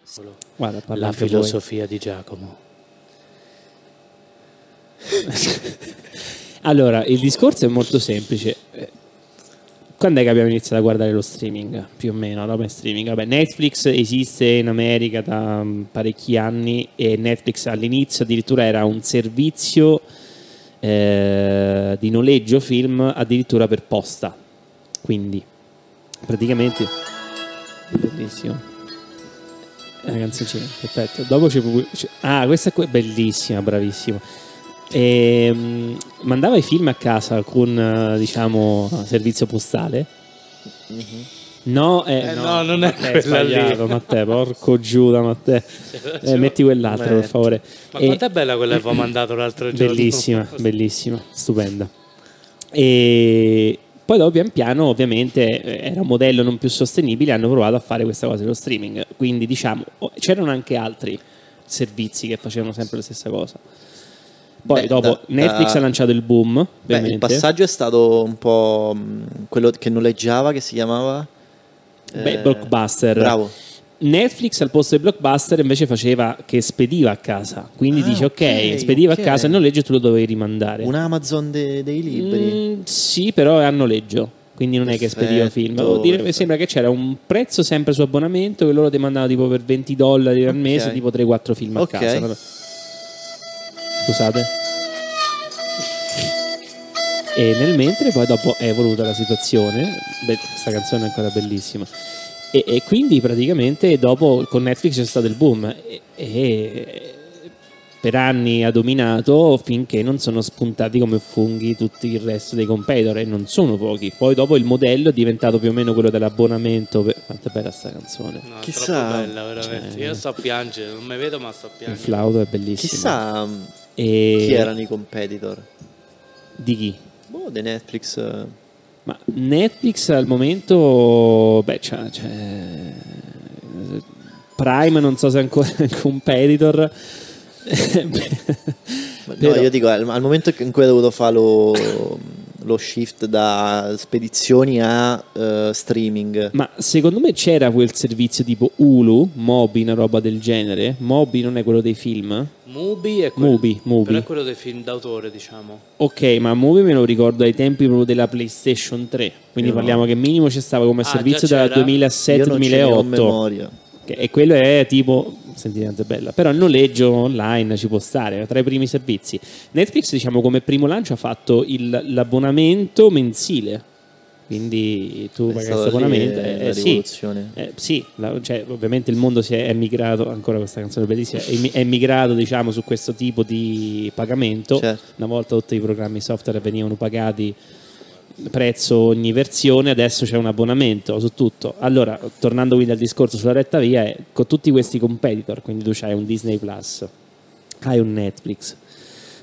Apostolo, Guarda, parla la anche voi. filosofia di Giacomo. Allora, il discorso è molto semplice. Eh, Quando è che abbiamo iniziato a guardare lo streaming? Più o meno, la roba in streaming. Vabbè, Netflix esiste in America da mm, parecchi anni e Netflix all'inizio addirittura era un servizio eh, di noleggio film addirittura per posta. Quindi, praticamente... Bellissimo. La canzoncina, perfetto. Dopo c'è... pubblic- c'è- Ah, questa qui è bellissima, bravissima. Ehm, mandava i film a casa con eh, diciamo servizio postale. No, eh, Mm-hmm. Eh, no, no, non è Matteo, quella sbagliato, lì. Matteo, porco Giuda, Matteo. Eh, metti quell'altro, per Metti. favore. Eh, Ma E- quant'è bella quella che vi ho mandato l'altro giorno? Bellissima, bellissima, stupenda. E poi dopo pian piano ovviamente eh, era un modello non più sostenibile, hanno provato a fare questa cosa dello streaming, quindi diciamo o- c'erano anche altri servizi che facevano sempre la stessa cosa. Poi Beh, dopo da- Netflix da- ha lanciato il boom, Beh, ovviamente. il passaggio è stato un po' mh, quello che noleggiava, che si chiamava eh, Beh, blockbuster. Bravo. Netflix al posto di blockbuster invece faceva che spediva a casa, quindi Ah, dice ok, ok, spediva ok. a casa il noleggio e tu lo dovevi rimandare. Un Amazon de- dei libri. Mm, sì, però è a noleggio. Quindi non è che spediva Perfetto, film. Devo dire, mi perfetto. sembra che c'era un prezzo sempre su abbonamento che loro ti mandavano tipo per 20 dollari al Ok. mese, tipo 3-4 film a Ok. casa. Vabbè. Scusate. E nel mentre poi dopo è evoluta la situazione. Beh, questa canzone è ancora bellissima. E, e quindi praticamente dopo con Netflix c'è stato il boom. E, e- per anni ha dominato finché non sono spuntati come funghi tutti il resto dei competitor e non sono pochi. Poi dopo il modello è diventato più o meno quello dell'abbonamento. Per... Quanto è bella sta canzone. No, Chissà. Chissà. troppo bella, veramente. Cioè. Io sto a piangere, non mi vedo ma sto a Il piangere. flauto è bellissimo. Chissà mh, E- chi erano i competitor. Di chi? Boh, dei Netflix. eh. Ma Netflix al momento, beh, c'è, c'è- Prime, non so se è ancora un competitor. Ma No, Però- io dico, al, al momento in cui ho dovuto fare lo, mm, lo shift da spedizioni a eh, streaming. Ma secondo me c'era quel servizio tipo Hulu, Mobi, una roba del genere. Mobi non è quello dei film? Mubi è quello, Mubi, Mubi. Però è quello dei film d'autore, diciamo. Ok, ma Mobi me lo ricordo ai tempi proprio della PlayStation 3. Quindi Io no. parliamo che minimo c'è stava come Ah, servizio già dal c'era? Io non ce ne ho 2007-2008. memoria. Che- E quello è tipo. Senti quanto è bella. Però il noleggio online ci può stare, è tra i primi servizi. Netflix, diciamo, come primo lancio ha fatto il- l'abbonamento mensile. Quindi tu È paghi stata questo lì abbonamento. la eh, eh, sì. rivoluzione. Eh, sì, la- cioè, ovviamente il mondo si è emigrato, ancora questa canzone bellissima, è emi- è emigrato diciamo, su questo tipo di pagamento. Certo. Una volta tutti i programmi software venivano pagati prezzo ogni versione, adesso c'è un abbonamento su tutto. Allora, tornando quindi al discorso sulla retta via, è- con tutti questi competitor, quindi tu hai un Disney Plus, hai un Netflix,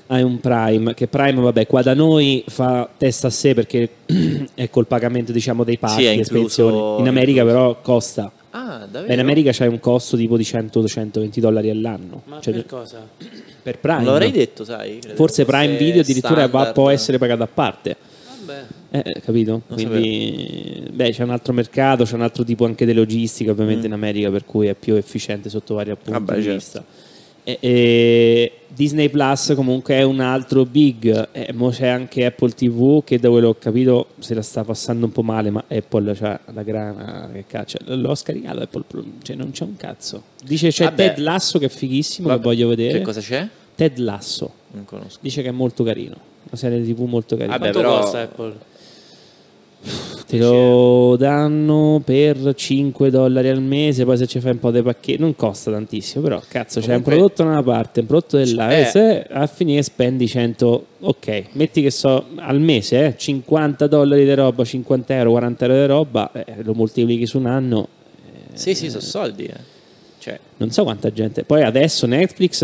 hai un Prime, che Prime, vabbè, qua da noi fa testa a sé perché è col pagamento diciamo dei pacchi, è e incluso- spedizioni. In America però costa. Ah, davvero? Beh, In America c'hai un costo tipo di 100-220 dollari all'anno. Ma Cioè, per cosa? per Prime. Non l'avrei detto, sai. credevo Forse Prime fosse Video addirittura va- standard. può essere pagato a parte. Vabbè. Eh, eh, capito? Non Quindi beh, c'è un altro mercato, c'è un altro tipo anche di logistica ovviamente in America per cui è più efficiente sotto vari punti Vabbè, di Mm. certo. vista. E- e Disney Plus comunque è un altro big, e mo c'è anche Apple TV che da quello che ho capito se la sta passando un po' male, ma Apple c'ha la grana che caccia. L'ho scaricato Apple, Plus, cioè non c'è un cazzo. Dice c'è Vabbè. Ted Lasso che è fighissimo, Vabbè, che voglio vedere. Che cosa c'è? Ted Lasso Non conosco. dice che è molto carino, una serie TV molto carina. Vabbè, Quanto però- costa Apple? Te lo danno per 5 dollari al mese, poi se ci fai un po' dei pacchetti non costa tantissimo, però cazzo c'è un Comunque- prodotto da una parte, un prodotto della Eh. e se a finire spendi 100, ok, metti che so al mese eh, 50 dollari di roba, 50 euro, 40 euro di roba, eh, lo moltiplichi su un anno, Sì, sì, sono soldi. eh. Cioè, non so quanta gente. Poi adesso Netflix,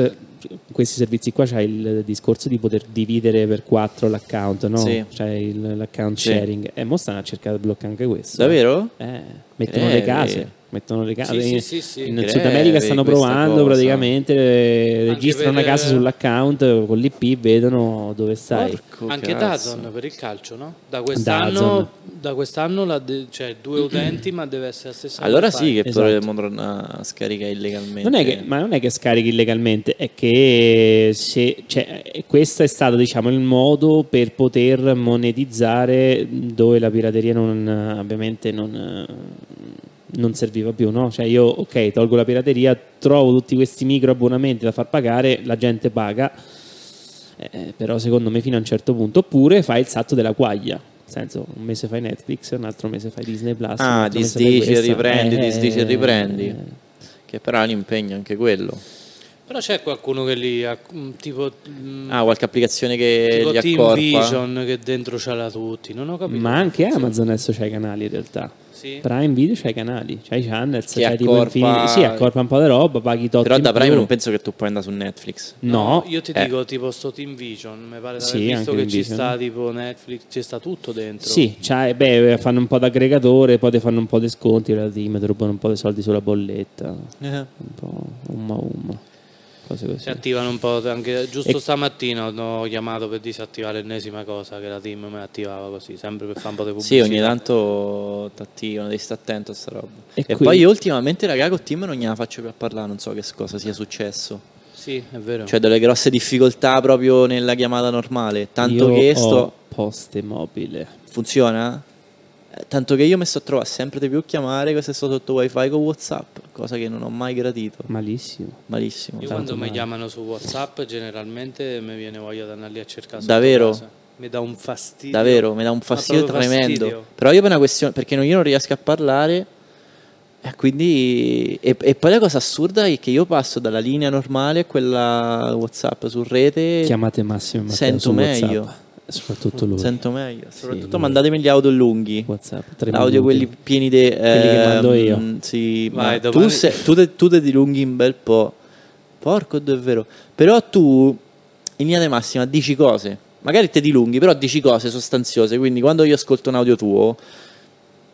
in questi servizi qua c'è il discorso di poter dividere per quattro l'account, no? Sì. C'è il- l'account Eh, Sì. sharing e mo stanno a cercare di bloccare anche questo. davvero? Eh, mettono Eh, le case. Mettono le case. Sì, sì, in, sì, sì. eh, in Greve, Sud America stanno questa provando cosa. praticamente, eh, registrano per- una casa sull'account eh, con l'IP, vedono dove stai. Porco Anche cazzo. Dazon per il calcio, no? Da quest'anno, da quest'anno la de- cioè due utenti, ma deve essere la stessa. Allora compagna. sì che Esatto. dovremmo tornare a scaricare illegalmente. Non è che- ma non è che scarichi illegalmente, è che se, cioè, eh, questo è stato diciamo, il modo per poter monetizzare dove la pirateria non, eh, ovviamente non, eh, non serviva più. No? Cioè io ok, tolgo la pirateria, trovo tutti questi micro abbonamenti da far pagare, la gente paga, eh, però secondo me fino a un certo punto, oppure fai il salto della quaglia. Nel senso, un mese fai Netflix, un altro mese fai Disney Plus. un Ah, altro mese fai disdici e questo. riprendi, Eh, disdici e riprendi. eh, Che però è un impegno anche quello. Però c'è qualcuno che lì ha mm, tipo, mm, Ah, qualche applicazione che tipo gli Team accorpa. Vision che dentro ce l'ha tutti. Non ho capito. Ma anche Amazon adesso c'ha i canali in realtà. Sì. Prime Video c'ha i canali, c'ha i channels, Che c'ha tipo accorpa- infiniti. Sì, accorpa un po' di roba, paghi tot. Però in da Prime più. non penso che tu puoi andare su Netflix. No, io ti eh. dico tipo sto Team Vision, mi pare di aver Sì, visto anche che Team ci Vision. sta tipo Netflix, ci sta tutto dentro. sì, c'ha- eh, beh, fanno un po' d'aggregatore, poi ti fanno un po' di sconti, ti rubano un po' di soldi sulla bolletta, un po' umma umma, cose così. Si Cioè, attivano un po' anche giusto E- stamattina ho chiamato per disattivare l'ennesima cosa che la team mi attivava così, sempre per fare un po' di Sì, pubblicità. ogni tanto t'attivano, devi stare attento a sta roba. E, E qui- poi io ultimamente, raga, con Tim non gliela faccio più a parlare, non so che cosa sia successo. Sì, è vero. Cioè, delle grosse difficoltà proprio nella chiamata normale. Tanto Io che sto... ho poste mobile. Funziona? Eh, Tanto che io mi sto trovando sempre di più a chiamare questo sto sotto wifi con Whatsapp, cosa che non ho mai gradito. Malissimo. Malissimo. Io quando mi chiamano su WhatsApp generalmente mi viene voglia di andare lì a cercare sotto Davvero? casa. Mi dà un fastidio. Davvero, mi dà un Ma fastidio proprio tremendo. fastidio. Però io per una questione, perché non- io non riesco a parlare, e quindi... E, e poi la cosa assurda è che io passo dalla linea normale a quella Whatsapp su rete, Chiamate Massimo e Matteo Sento su WhatsApp, meglio. Soprattutemi lui. sento meglio. Soprattutto lui. mandatemi gli audio lunghi. WhatsApp, tre L'audio minuti. quelli pieni di... Quelli che mando io. Sì, Vai, ma domani- tu, se- tu te, tu te dilunghi un bel po'. Porco, è vero. Però tu, in linea di massima, dici cose. Magari te dilunghi, però dici cose sostanziose. Quindi quando io ascolto un audio tuo,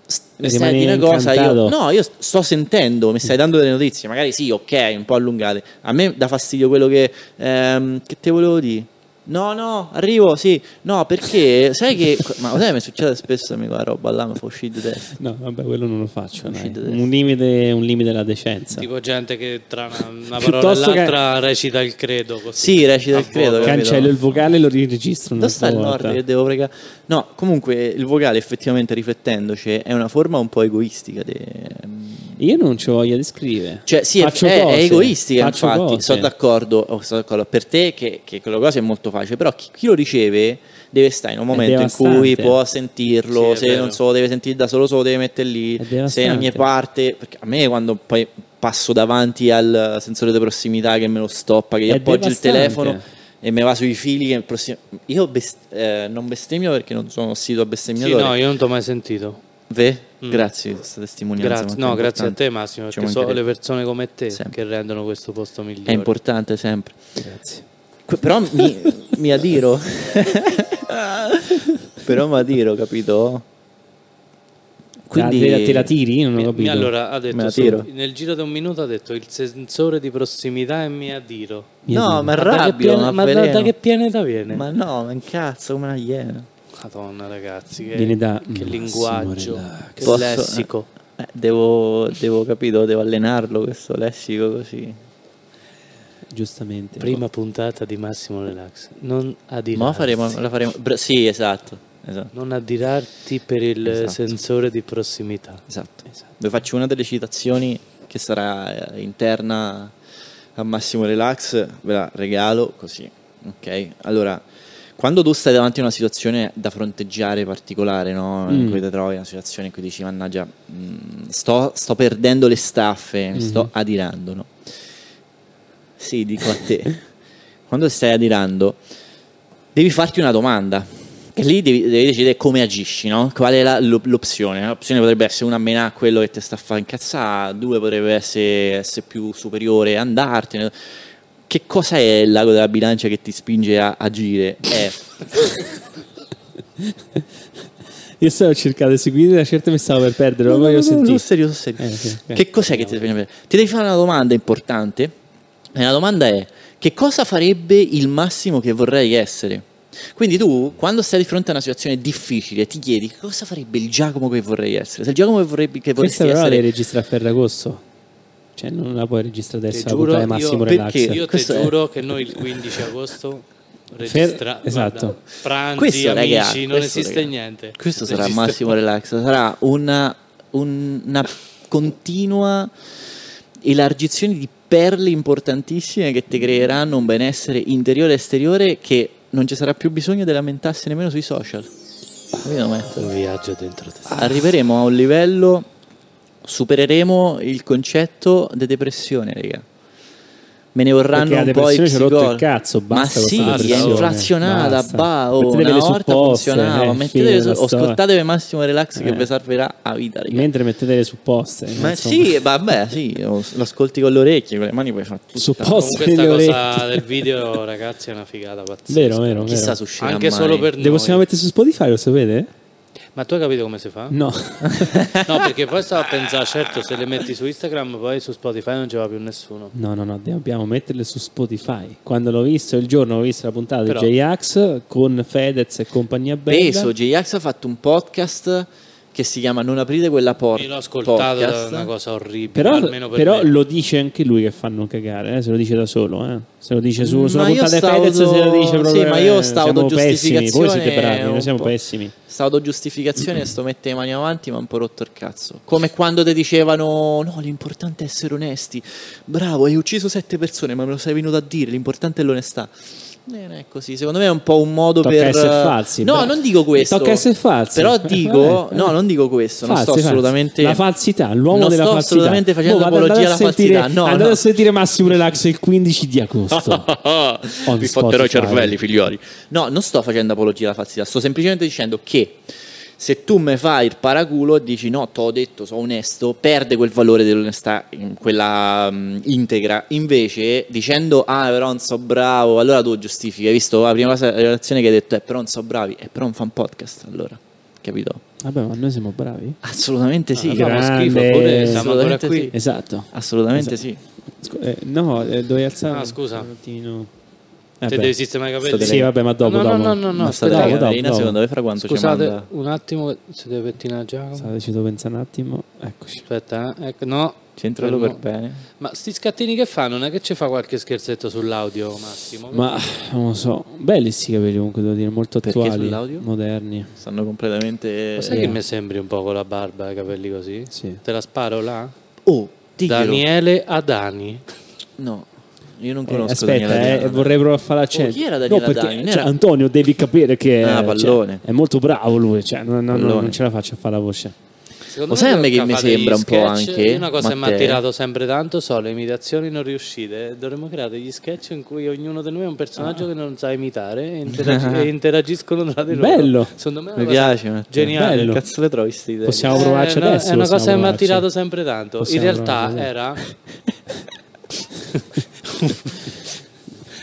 s- mi stai Rimani di una cosa... Io, incantato. no, io sto sentendo, mi stai dando delle notizie. Magari sì, ok, un po' allungate. A me dà fastidio quello che... ehm, che te volevo dire? No, no, arrivo, sì. No, perché sai che... Ma lo sai, mi succede spesso, amico, la roba là mi fa uscire di testa. No, vabbè, quello non lo faccio. dai. Uscite adesso. Un limite, un limite alla decenza. Tipo gente che tra una, una parola e Piuttosto che- l'altra recita il credo. Così. Sì, recita il A credo. volo. capito? Cancello il vocale e lo riregistro. Dove un'altra sta il volta. nord che devo pregare? No, comunque il vocale effettivamente riflettendoci è una forma un po' egoistica. de- Io non ho voglia di scrivere. Cioè sì, è, Faccio è- è cose, egoistica faccio infatti, cose. sono d'accordo, oh, sono d'accordo. per te che, che quella cosa è molto facile, però chi, chi lo riceve deve stare in un momento in devastante. cui può sentirlo, Sì, è se vero. non so, deve sentire da solo, solo deve mettere lì, È se in devastante. ogni parte, perché a me quando poi passo davanti al sensore di prossimità che me lo stoppa, che io È appoggio il devastante. telefono e me va sui fili che il prossimo... Io best- eh, non bestemmio perché non sono sito a Sì, bestemmiatore. no, io non ti ho mai sentito. Ve? Mm. Grazie di questa testimonianza. Grazie, molto no, grazie a importante. te Massimo, Ci perché sono le mancherebbe. persone come te Sempre. che rendono questo posto migliore. È importante sempre. Grazie. Que- Però mi, mi adiro. Però mi adiro, capito? Quindi Quindi... Te, te la tiri? Non ho Mi- mi- capito. allora ha Me detto la tiro. solo- nel giro di un minuto ha detto il sensore di prossimità e mi addiro. No, ma da che arrabbio, pian- ma, ma da, da veleno. che pianeta viene? Ma no, ma un cazzo, come una iena. Madonna ragazzi, che, Viene da che Massimo linguaggio, Relax. che Posso- lessico. Eh, devo, devo, capito, devo allenarlo questo lessico così. Giustamente. Prima puntata di Massimo Relax. Non adirarsi. Ma faremo, la faremo. bra- sì, esatto. Esatto. Non addirarti per il Esatto. sensore di prossimità. esatto. Vi faccio una delle citazioni che sarà eh, interna a Massimo Relax, ve la regalo così. Ok? Allora, quando tu stai davanti a una situazione da fronteggiare particolare, no? in Mm. cui ti trovi una situazione in cui dici mannaggia, mh, sto, sto perdendo le staffe, mi sto adirando, no? Sì, dico a te. quando stai adirando, devi farti una domanda. E lì devi, devi decidere come agisci, no? Qual è la- l'op- l'opzione? L'opzione potrebbe essere una menà quello che ti sta a far incazzare, due potrebbe essere essere più superiore, andartene. Che cosa è il lago della bilancia che ti spinge a agire? È Io stavo cercando di seguire una certa mi stavo per perdere, ma No, no, poi no, ho no, sono sentito. serio, sono serio. Eh, sì, ok. Che cos'è che ti sveglia per- Ti devi fare una domanda importante. E la domanda è: che cosa farebbe il massimo che vorrei essere? Quindi tu, quando stai di fronte a una situazione difficile, ti chiedi che cosa farebbe il Giacomo che vorrei essere? Se il Giacomo che, vorrebbe, che vorresti Questa però la essere devi registrare a Ferragosto. Cioè, non la puoi registrare adesso, Ti la giuro, puntata di Massimo io- Relax. perché Io Questo te è- giuro che noi il 15 agosto registriamo esatto. pranzi, Questo, amici, raga, non questo, esiste raga. niente. Questo sarà Registra- massimo relax, sarà una, un- una continua elargizione di perle importantissime che ti creeranno un benessere interiore e esteriore che non ci sarà più bisogno di lamentarsi nemmeno sui social. Capito, me? Un viaggio dentro te. Arriveremo a un livello, supereremo il concetto di depressione, raga. Me ne vorranno Perché la un po' i depressione ci ha rotto il psicologi. cazzo, basta Ma con sì, questa è depressione, inflazionata, basta. bah, oh, Mettete una le volta supposte, funzionava, eh, mettete le fine, su- basta. ascoltatevi Massimo Relax che Eh. vi servirà a vita, raga. Mentre mettete le supposte. Ma insomma. sì, vabbè, sì, oh, lo ascolti con le orecchie, con le mani puoi fare tutto. Supposte Comunque nelle sta orecchie. cosa del video, ragazzi, è una figata pazzesca. Vero, vero, vero. Chissà se uscirà Anche mai. solo per Le noi. possiamo mettere su Spotify, lo sapete? Ma tu hai capito come si fa? No. No, perché poi stavo a pensare, certo, se le metti su Instagram, poi su Spotify non ci va più nessuno. No, no, no, dobbiamo metterle su Spotify. Quando l'ho visto, il giorno ho visto la puntata Però- di J-Ax con Fedez e compagnia bella. Peso, J-Ax ha fatto un podcast che si chiama Non aprite quella porta. Io l'ho ascoltato, è podcast. una cosa orribile. Però, almeno per però me. lo dice anche lui che fanno cagare, eh, se lo dice da solo, eh. se lo dice su, sulla Mm, Ma io puntata di sta Fedez, auto- se lo dice proprio. sì, ma io eh, sta siamo pessimi, voi autogiustificazione siete bravi, un noi siamo po'. pessimi. Sta autogiustificazione sto mette le mani avanti ma un po' rotto il cazzo come quando ti dicevano no l'importante è essere onesti bravo hai ucciso sette persone ma me lo sei venuto a dire l'importante è l'onestà Eh, non è così secondo me è un po' un modo Tocca per essere falsi, no bra- non dico questo Tocca essere falsi. però dico Eh, eh. no non dico questo non Falsi, sto falsi. assolutamente La falsità, l'uomo non della sto falsità. assolutamente facendo Boh, andate- apologia andate a alla sentire- falsità no, andate no. a sentire Massimo Relax il 15 di agosto. On Vi fotterò Spotify. i cervelli, figlioli. No, non sto facendo apologia alla falsità, sto semplicemente dicendo che se tu mi fai il paraculo e dici no, te ho detto, sono onesto, perde quel valore dell'onestà, in quella mm, integra. Invece, dicendo ah, però non so bravo, allora tu giustifichi. Hai visto la prima cosa, la relazione che hai detto è però non so bravi, è però non fa un podcast, allora. Capito? Vabbè, ma noi siamo bravi. Assolutamente sì. Abbiamo grande. schifo, eppure siamo ancora Assolutamente qui. sì. Esatto. Assolutamente sì. Scu- eh, no, eh, dovevi alzare. Ah, scusa. Un attimo. Eh, Te beh. devi sistemare i capelli. Sì, vabbè, ma dopo, No, no, dopo. no, no, no, Ma sta aspetta, dopo, dai, dopo, Caterina, dopo. secondo me fra quanto ci Scusate, manda? un attimo, si deve pettinare Giacomo. State, ci devo pensare un attimo. Eccoci. Aspetta, eh, ecco, no. Centralo per Fermo. bene. Ma sti scattini che fa? Non è che ci fa qualche scherzetto sull'audio, Massimo? Ma non lo so. Belli sti capelli comunque, devo dire, molto Perché attuali. sull'audio? Moderni. Stanno completamente. Ma sai che mi sembri un po' con la barba e i capelli così? Sì. Te la sparo là? Oh, diglielo. Daniele Adani. No, io non Eh, conosco aspetta, Daniela eh, Diana. vorrei provare a fare l'accento. Oh, chi era Daniela no, perché, Dani? Non cioè, era- Antonio, devi capire che Ah, cioè, pallone. è molto bravo lui. Cioè, no, no, no, Pallone. non ce la faccio a fare la voce. Secondo Lo sai a me che tocca mi fare degli sembra un po' sketch. anche, Una cosa che mi ha Matteo? attirato sempre tanto sono le imitazioni non riuscite. Dovremmo creare degli sketch in cui ognuno di noi è un personaggio Ah. che non sa imitare e, interagi- e interagiscono tra di loro. Bello. Secondo me è una Mi cosa piace, Matteo. Geniale. Bello. Cazzo le trovi sti idee? Possiamo Eh, provarci è una- adesso. È una possiamo cosa che mi ha provarci? attirato sempre tanto. Possiamo In realtà provarci. era.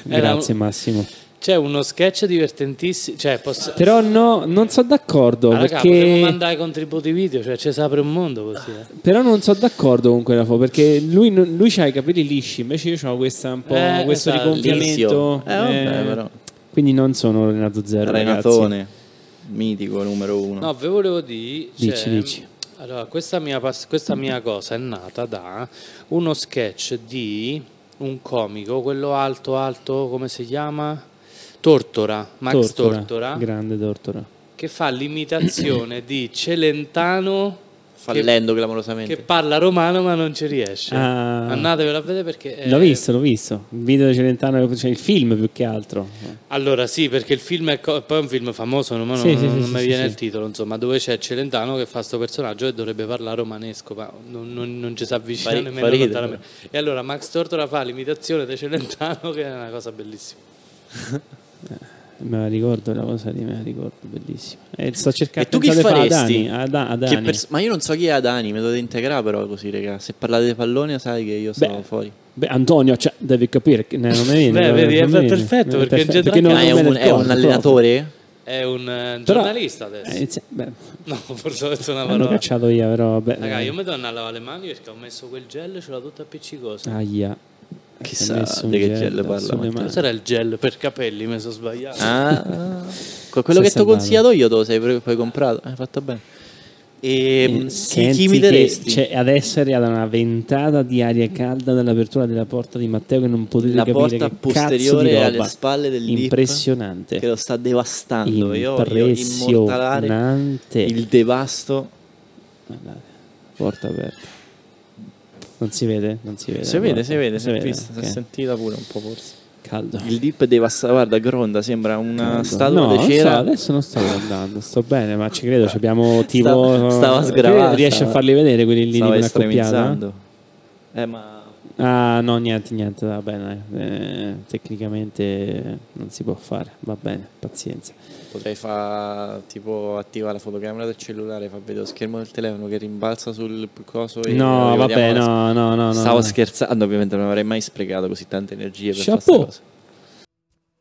era un- Grazie, Massimo. C'è uno sketch divertentissimo. Cioè, posso. Però no, non sono d'accordo. Ah, raga, potremmo perché... mandare i contributi video, cioè ci si apre un mondo così. eh. Però non sono d'accordo con quella foto perché lui, non- lui ha i capelli lisci, invece io ho questa un po', Eh, questo esatto. rigonfiamento. Liscio. Eh, vabbè, però. Quindi non sono Renato Zero. Renatone, mitico numero uno. No, ve volevo dire. cioè, Dici, dici. Allora, questa mia, pass- questa mia cosa è nata da uno sketch di un comico, quello alto, alto, come si chiama? Tortora, Max ragazzi. Tortora, Grande Tortora. che fa l'imitazione di Celentano. Fallendo che clamorosamente. parla romano ma non ci riesce. Ah. Andatevelo a vedere perché... eh, L'ho visto, l'ho visto. Il video di Celentano, cioè il film più che altro. Allora sì, perché il film è, co- poi è un film famoso, non, Sì, non- sì, non sì, mi sì, viene sì, il sì. titolo, insomma, dove c'è Celentano che fa sto personaggio e dovrebbe parlare romanesco, ma non, non- non ci si avvicina Fa ri- nemmeno fa ridere, lontanamente. E allora Max Tortora fa l'imitazione di Celentano che è una cosa bellissima. Me la ricordo, la cosa lì me la ricordo, bellissima. E sto cercando E tu chi pensate fa a faresti? Dani, a Da- a Che Dani. pers- ma io non so chi è Adani, mi dovete integrare però così, raga. Se parlate di pallone sai che io sono Beh, fuori. Beh, Antonio, cioè, devi capire che ne- non mi viene. Beh, non vedi, mi è viene. perfetto, Non mi perché viene. Gedracchi- non- Ma non Ah, è non me ne un, è ricordo un proprio. allenatore? È un eh, Però- giornalista adesso. Eh, inizia- beh, No, forse ho detto una l'hanno parola. cacciato io, però vabbè. Raga, io mi torno a lavare le mani perché ho messo quel gel e ce l'ho tutta appiccicosa. Aia. Chissà Ho messo un di che gel parla sulle Matteo. mani. Cos'era il gel per capelli? Mi sono sbagliato. Ah, que- quello Sì, che ti sta ho bene. consigliato io, te lo sei pure poi comprato. Hai fatto bene. E mh, chi, Eh, Senti chi mi che daresti? c'è- adesso è arrivata una ventata di aria calda dall'apertura della porta di Matteo che non potete la capire porta che cazzo di posteriore roba. alle spalle del dip impressionante che lo sta devastando. Io voglio immortalare impressionante il devasto. Guardate, porta aperta non si vede non Eh, si vede Si vede, Guarda, si vede, si è vede, vista, si è ok. sentita pure un po' forse. caldo Il dip devasta, guarda, gronda, sembra una Caldo. statua no, Eh, di non so, cera. adesso non sto guardando sto bene ma ci credo ci abbiamo tipo stava eh, sgravata. riesci a farli vedere quelli lì di Stava quella accoppiata estremizzando. Eh, ma Ah, no, niente, niente, va bene. eh, tecnicamente non si può fare, va bene, pazienza. Potrei fare tipo attivare la fotocamera del cellulare, far vedere lo schermo del telefono che rimbalza sul coso. E No, e vabbè, eh, vediamo no, la- no, no. no, Stavo no. scherzando, ovviamente non avrei mai sprecato così tante energie per Chapeau. questa cosa.